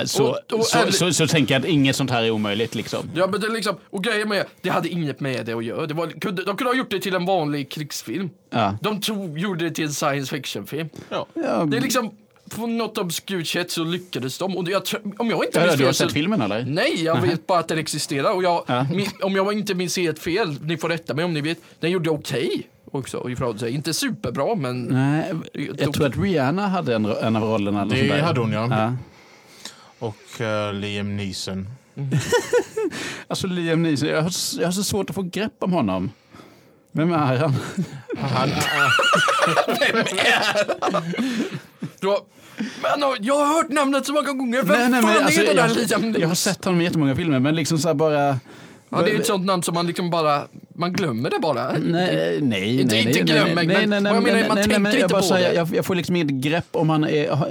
Speaker 1: Så,
Speaker 2: Och- och
Speaker 1: så,
Speaker 2: ärligt-
Speaker 1: så, så tänker jag att inget sånt här är omöjligt liksom.
Speaker 2: Ja men det är liksom, och grejen med det hade inget med det att göra. Det var, kunde, de kunde ha gjort det till en vanlig krigsfilm.
Speaker 1: Ja.
Speaker 2: De tog, gjorde det till en science fiction-film.
Speaker 3: Ja.
Speaker 2: Det är liksom, på något obskurt sätt så lyckades de. Och det- jag, tror- om jag inte
Speaker 1: Ja,
Speaker 2: minns
Speaker 1: du har
Speaker 2: fel så-
Speaker 1: sett filmen eller?
Speaker 2: Nej, jag vet bara att den existerar. Och jag, min, om jag inte minns helt fel, ni får rätta mig om ni vet, den gjorde okej också ifrån sig. Inte superbra men...
Speaker 1: Nej, jag tror att Rihanna hade en, en av rollerna. eller något sånt
Speaker 3: Det
Speaker 1: där.
Speaker 3: hade hon ja.
Speaker 1: Ja.
Speaker 3: Och eh, Liam Neeson.
Speaker 1: Alltså Liam Neeson, jag har, s- jag har så svårt att få grepp om honom. Vem är han?
Speaker 3: Han,
Speaker 2: Då, men och- jag har hört namnet så många gånger, vem
Speaker 1: Nej, nej, men
Speaker 2: fan
Speaker 1: alltså,
Speaker 2: är den där Liam
Speaker 1: jag,
Speaker 2: Neeson?
Speaker 1: jag har sett honom i jättemånga filmer, men liksom så här bara...
Speaker 2: Ja, det är ett sånt namn som man liksom bara, man glömmer det bara.
Speaker 1: eh, Nej, nej, nej.
Speaker 2: Inte-
Speaker 1: nej,
Speaker 2: inte
Speaker 1: nej,
Speaker 2: glömmer,
Speaker 1: nej,
Speaker 2: men
Speaker 1: nej, nej,
Speaker 2: vad jag
Speaker 1: nej,
Speaker 2: menar
Speaker 1: nej,
Speaker 2: är
Speaker 1: nej,
Speaker 2: man
Speaker 1: nej,
Speaker 2: tänker
Speaker 1: men jag
Speaker 2: inte
Speaker 1: bara
Speaker 2: på
Speaker 1: säger,
Speaker 2: det.
Speaker 1: Jag, jag får liksom inget grepp om han är... Har,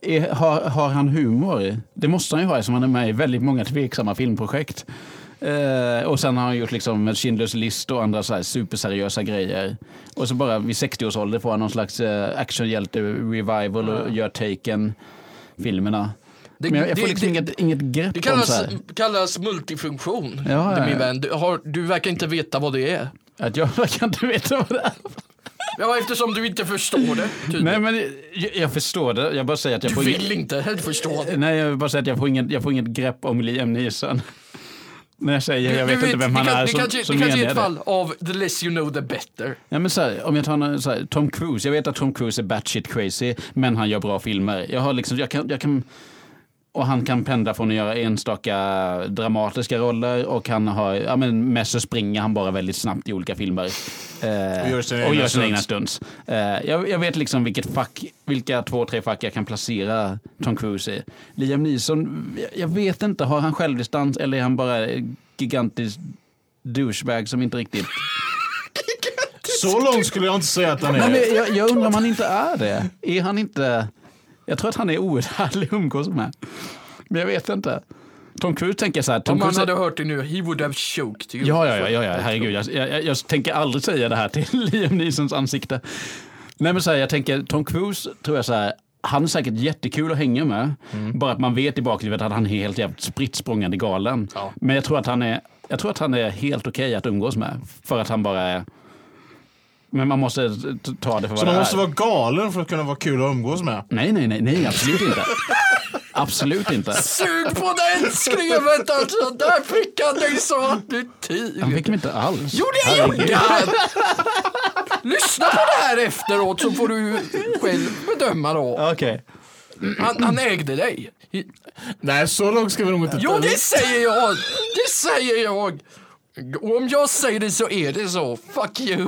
Speaker 1: är har, har han humor? Det måste han ju ha eftersom han är med i väldigt många tveksamma filmprojekt. Eh, och sen har han gjort liksom Schindler's list och andra så här superseriösa grejer. Och så bara vid 60-årsålder får han någon slags eh, actionhjälte-revival och gör Taken-filmerna.
Speaker 2: Det-
Speaker 1: Men jag, jag får
Speaker 2: det-
Speaker 1: liksom
Speaker 2: det-
Speaker 1: inget, inget grepp
Speaker 2: Det
Speaker 1: om så
Speaker 2: kallas,
Speaker 1: här.
Speaker 2: kallas multifunktion,
Speaker 1: Ja,
Speaker 2: det är
Speaker 1: ja.
Speaker 2: min vän. Du, har, du verkar inte veta vad det är.
Speaker 1: Att jag kan inte veta vad det är.
Speaker 2: Ja, eftersom du inte förstår det. tydligen.
Speaker 1: Nej men jag, jag förstår det. Jag bara säger att jag
Speaker 2: du
Speaker 1: får
Speaker 2: vill inte helt förstå det.
Speaker 1: Nej, jag vill bara säga att jag får inget, jag får inget grepp om Liam Neeson. När jag säger jag
Speaker 2: Du-
Speaker 1: vet,
Speaker 2: du
Speaker 1: inte vem han
Speaker 2: det kan-
Speaker 1: är
Speaker 2: det
Speaker 1: som,
Speaker 2: kanske,
Speaker 1: som
Speaker 2: det kanske
Speaker 1: menar
Speaker 2: är ett
Speaker 1: det.
Speaker 2: fall av the less you know the better.
Speaker 1: Ja, men så här, om jag tar någon, så här, Tom Cruise, jag vet att Tom Cruise är batshit crazy, men han gör bra filmer. Jag har liksom, jag kan, jag kan, och han kan pendla från att göra enstaka dramatiska roller och han har, ja men mest så springer han bara väldigt snabbt i olika filmer. Eh,
Speaker 3: Och gör sina
Speaker 1: och
Speaker 3: egna
Speaker 1: gör sina egna
Speaker 3: stunts.
Speaker 1: stunts. Eh, jag, jag vet liksom vilket fack, vilka två, tre fack jag kan placera Tom Cruise i. Liam Neeson, jag, jag vet inte, har han självdistans eller är han bara gigantisk douchebag som inte riktigt...
Speaker 3: så långt skulle jag inte säga att han
Speaker 1: Nej,
Speaker 3: är.
Speaker 1: men jag, jag undrar om han inte är det. Är han inte... Jag tror att han är outhärdlig att umgås med. Men jag vet inte. Tom Cruise tänker så här. Tom
Speaker 2: Om han
Speaker 1: Cruise
Speaker 2: hade hört det nu, he would have choked you.
Speaker 1: Ja, ja, ja, ja, ja, herregud. Jag, jag, jag- jag tänker aldrig säga det här till Liam Neesons ansikte. Nej, men så här, jag tänker Tom Cruise tror jag så här. Han är säkert jättekul att hänga med.
Speaker 3: Mm.
Speaker 1: Bara att man vet i bakhuvudet att han är helt jävligt spritt språngande galen. Men jag tror att han är, jag tror att han är helt okej att umgås med. För att han bara är... Men man måste t- ta det för vad
Speaker 3: Så
Speaker 1: det
Speaker 3: man
Speaker 1: är.
Speaker 3: måste vara galen för att kunna vara kul att umgås med.
Speaker 1: Nej, nej, nej, nej, absolut inte. absolut inte.
Speaker 2: Sug på den skrevet alltså! Där fick han dig så att du
Speaker 1: Han
Speaker 2: tiger.
Speaker 1: fick mig inte alls.
Speaker 2: Jo, det gjorde han! Lyssna på det här efteråt så får du själv bedöma då.
Speaker 1: Okej.
Speaker 2: Han, han ägde dig.
Speaker 3: Nej, så långt ska vi nog inte...
Speaker 2: Jo, det säger jag! Det säger jag! Och om jag säger det så är det så. Fuck you!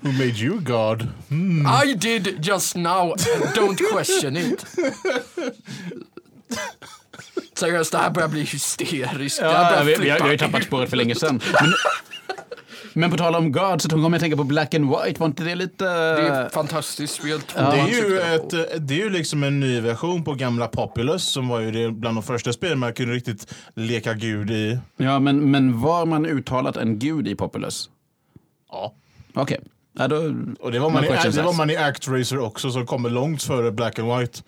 Speaker 3: Who made you God? Hmm.
Speaker 1: Mm.
Speaker 2: I did just now, don't question it. Seriöst, det här börjar bli hysteriskt. Jag
Speaker 1: Ja,
Speaker 2: börjar
Speaker 1: vi, vi, har, vi
Speaker 2: flippa
Speaker 1: har ju tappat
Speaker 2: ut.
Speaker 1: spåret för länge sedan. Men, men på tal om God så kommer jag att tänka på Black and White. Var inte det lite...
Speaker 2: Det är ett fantastiskt spel.
Speaker 3: Det är, ju ett, eh, det är ju liksom en ny version på gamla Populous som var ju det bland de första spelen man kunde riktigt leka gud i.
Speaker 1: Ja, men, men var man uttalat en gud i Populous?
Speaker 3: Ja.
Speaker 1: Okej. Ja, då...
Speaker 3: Och det var, man
Speaker 1: No
Speaker 3: i,
Speaker 1: questions
Speaker 3: det var
Speaker 1: asked.
Speaker 3: man i Actracer också som kommer långt före Black and White.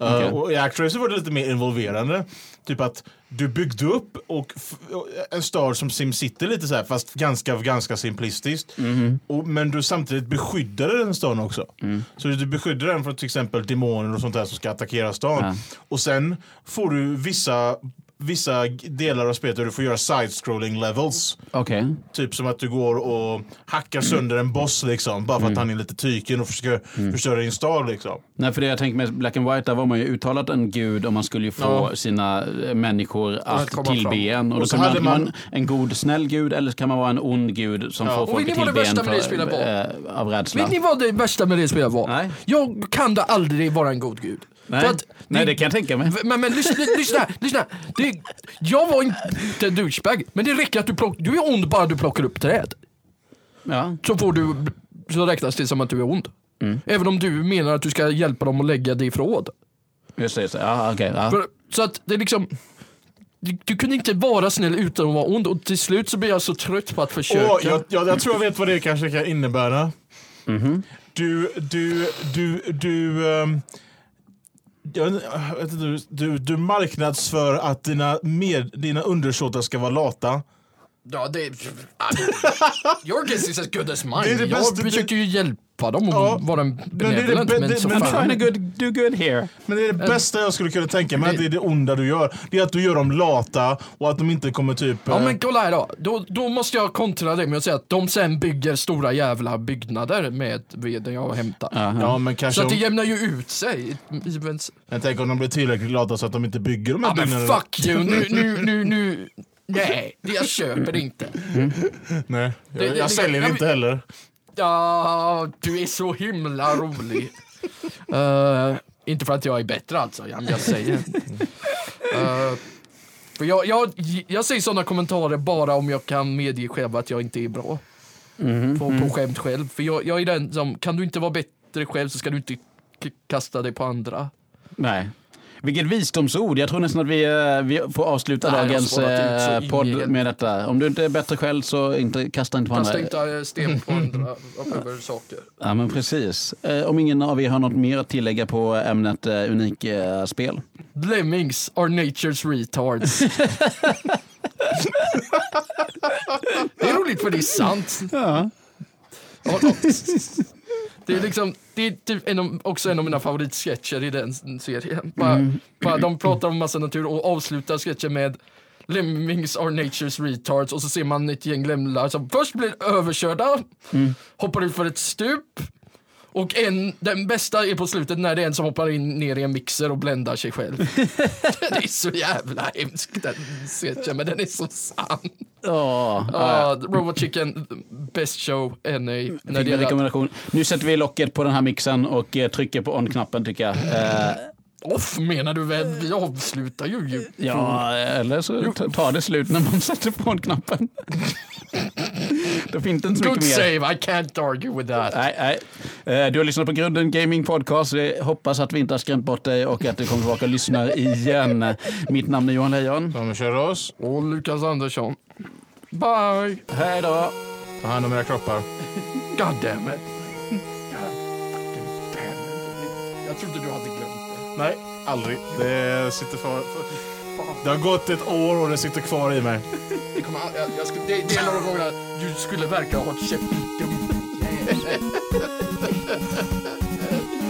Speaker 3: Eh,
Speaker 1: Okej.
Speaker 3: och I Actracer var det lite mer involverande. Typ att du byggde upp och f- och en stad som SimCity lite så här fast ganska, ganska simplistiskt.
Speaker 1: Mhm.
Speaker 3: Och, men du samtidigt beskyddade den staden också.
Speaker 1: Mm.
Speaker 3: Så du beskyddade den från till exempel demoner och sånt där som ska attackera stan.
Speaker 1: Ja.
Speaker 3: Och sen får du vissa, vissa delar av spelet där du får göra side-scrolling levels.
Speaker 1: Okej.
Speaker 3: Typ som att du går och hackar sönder en boss liksom. Bara för
Speaker 2: Mm.
Speaker 3: att han är lite tyken och försöker förstöra din stad liksom.
Speaker 1: Nej, för det jag tänker med Black and White, där var man ju uttalat en gud och man skulle ju få
Speaker 3: Ja.
Speaker 1: sina eh, människor att
Speaker 2: komma
Speaker 1: tillbe en. Och då
Speaker 3: Och så
Speaker 1: kan man,
Speaker 3: hade
Speaker 1: kan man
Speaker 3: man-
Speaker 1: en god, snäll gud eller så kan man vara en ond gud som får
Speaker 2: Och
Speaker 1: folk
Speaker 2: vet
Speaker 1: att
Speaker 2: ni vad det
Speaker 1: tillbe en
Speaker 2: värsta med det spelet
Speaker 1: för, eh, av rädsla.
Speaker 2: Vet ni vad det värsta med det spelet var?
Speaker 1: Nej.
Speaker 2: Jag kan då aldrig vara en god gud.
Speaker 1: Nej.
Speaker 2: För att
Speaker 1: Nej, det kan jag tänka mig.
Speaker 2: Men, men lyssna, lyssna, här, lyssna. här. Det, jag var inte en douchebag, men det räcker att du plockar, du är ond bara du plockar upp träd.
Speaker 1: Ja.
Speaker 2: Så får du, så räknas det som att du är ond.
Speaker 1: Mm.
Speaker 2: Även om du menar att du ska hjälpa dem att lägga det i förråd.
Speaker 1: Just det, just det. Ja, okej. ja.
Speaker 2: För, så att det är liksom Du, du kunde inte vara snäll utan att vara ond och till slut så blir jag så trött på att försöka.
Speaker 3: Åh, jag, jag, jag tror jag vet vad det kanske kan innebära.
Speaker 2: Mhm.
Speaker 3: Du, du, du, du... ehm, Jag vet inte, du, du, du marknadsför att dina, med, dina undersåtar ska vara lata.
Speaker 2: Ja, det... Your guess is as good as mine.
Speaker 3: Det är det
Speaker 2: jag
Speaker 3: bästa- det-
Speaker 2: försöker ju hjälpa dem och
Speaker 3: Ja,
Speaker 2: vara en
Speaker 3: det är det
Speaker 2: benevolent,
Speaker 3: bä-
Speaker 2: men,
Speaker 3: det-
Speaker 2: så
Speaker 3: men
Speaker 2: fan.
Speaker 1: Trying to good, do good here.
Speaker 3: Men det är
Speaker 2: Äh.
Speaker 3: det bästa jag skulle kunna tänka mig, att det är det onda du gör. Det är att du gör dem lata och att de inte kommer typ...
Speaker 2: Ja
Speaker 3: eh,
Speaker 2: men kolla här då. då. Då måste jag kontra det med att säga att de sen bygger stora jävla byggnader med veden jag har hämtat.
Speaker 3: eh, ja, men kanske
Speaker 2: Så att det
Speaker 3: om,
Speaker 2: jämnar ju ut sig. Events.
Speaker 3: jag tänker om de blir tillräckligt lata så att de inte bygger de här
Speaker 2: Ja men
Speaker 3: byggnaderna.
Speaker 2: fuck you, nu, nu, nu, nu. Nej, det jag köper inte.
Speaker 3: Nej, jag,
Speaker 2: Det- det-
Speaker 3: jag
Speaker 2: det-
Speaker 3: säljer
Speaker 2: ja,
Speaker 3: inte heller.
Speaker 2: Ja, du är så himla rolig. Eh, inte för att jag är bättre alltså, jag, jag säger. Eh, för jag, jag, jag säger sådana kommentarer bara om jag kan medge själv att jag inte är bra. På, på skämt själv. För jag, jag är den som, kan du inte vara bättre själv så ska du inte k- kasta dig på andra.
Speaker 1: Nej. Vilket visdomsord. Jag tror nästan att vi, eh, vi får avsluta
Speaker 2: Nej, jag har
Speaker 1: dagens
Speaker 2: sparat
Speaker 1: eh,
Speaker 2: ut så in i
Speaker 1: podd
Speaker 2: helvete.
Speaker 1: med detta. Om du inte är bättre själv så inte, kasta inte på andra.
Speaker 2: Kasta inte eh, sten på andra över saker.
Speaker 1: Ja, men precis. Eh, om ingen av er har något mer att tillägga på ämnet eh, unik eh, spel.
Speaker 2: Lemmings are nature's retards. det är roligt för det är sant. Ja, och- Det är liksom, det är typ en av, också en av mina favoritsketcher i den serien. Bara, bara de pratar om massa natur och avslutar sketchen med Lemmings are nature's retards och så ser man ett gäng lämlar som först blir överkörda, hoppar ut för ett stup och en, den bästa är på slutet när det är en som hoppar in ner i en mixer och bländar sig själv. det är så jävla hemskt den sketchen men den är så sann.
Speaker 1: Ja,
Speaker 2: Ja, Robot Chicken, best show NA. När
Speaker 1: fick
Speaker 2: det
Speaker 1: en
Speaker 2: gäller
Speaker 1: rekommendation. Nu sätter vi locket på den här mixen och eh, trycker på on-knappen tycker jag. Eh,
Speaker 2: off menar du väl? Vi avslutar ju. ju.
Speaker 1: Ja, eller så ta- tar det slut när man sätter på knappen. Då finns det inte så
Speaker 2: Good
Speaker 1: mycket mer.
Speaker 2: save, I can't argue with that.
Speaker 1: Nej, nej. Eh, Du har lyssnat på Grunden Gaming Podcast. Vi hoppas att vi inte har skrämt bort dig och att du kommer tillbaka och lyssnar igen. Mitt namn är Johan Lejon.
Speaker 3: De kör oss,
Speaker 2: Och Lukas Andersson. Bye!
Speaker 1: Hej då!
Speaker 3: ta hand om era kroppar.
Speaker 2: God damn it. God damn it. Jag trodde du hade glömt det.
Speaker 3: Nej, aldrig. Det sitter för... för- Det har gått ett år och det sitter kvar i mig.
Speaker 2: Det, kommer, all- jag, jag skulle, det, det är några gånger du skulle verka ha ett käppdum.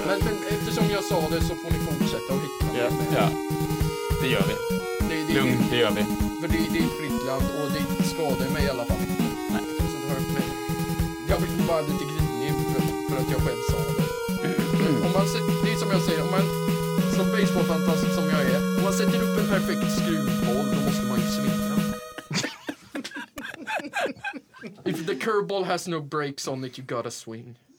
Speaker 2: Men, men eftersom jag sa det så får ni fortsätta att hitta.
Speaker 4: Ja, ja. Det gör vi.
Speaker 2: Det, det,
Speaker 4: Lugn, det gör vi.
Speaker 2: För det, det är fritt land och det skadar mig i alla fall inte. Så det hör mig. Jag blir bara lite grinig för, för att jag själv sa det. Om man sätter, det är som jag säger, om man som baseballfantast som jag är, om man sätter upp en perfekt skruvboll då måste man ju svinga. If the curveball has no brakes on it you gotta swing.